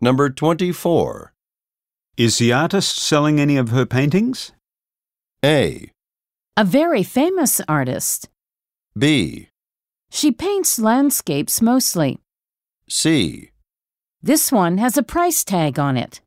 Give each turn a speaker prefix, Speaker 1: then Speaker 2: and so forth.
Speaker 1: Number 24.
Speaker 2: Is the artist selling any of her paintings?
Speaker 1: A.
Speaker 3: A very famous artist.
Speaker 1: B.
Speaker 3: She paints landscapes mostly.
Speaker 1: C.
Speaker 3: This one has a price tag on it.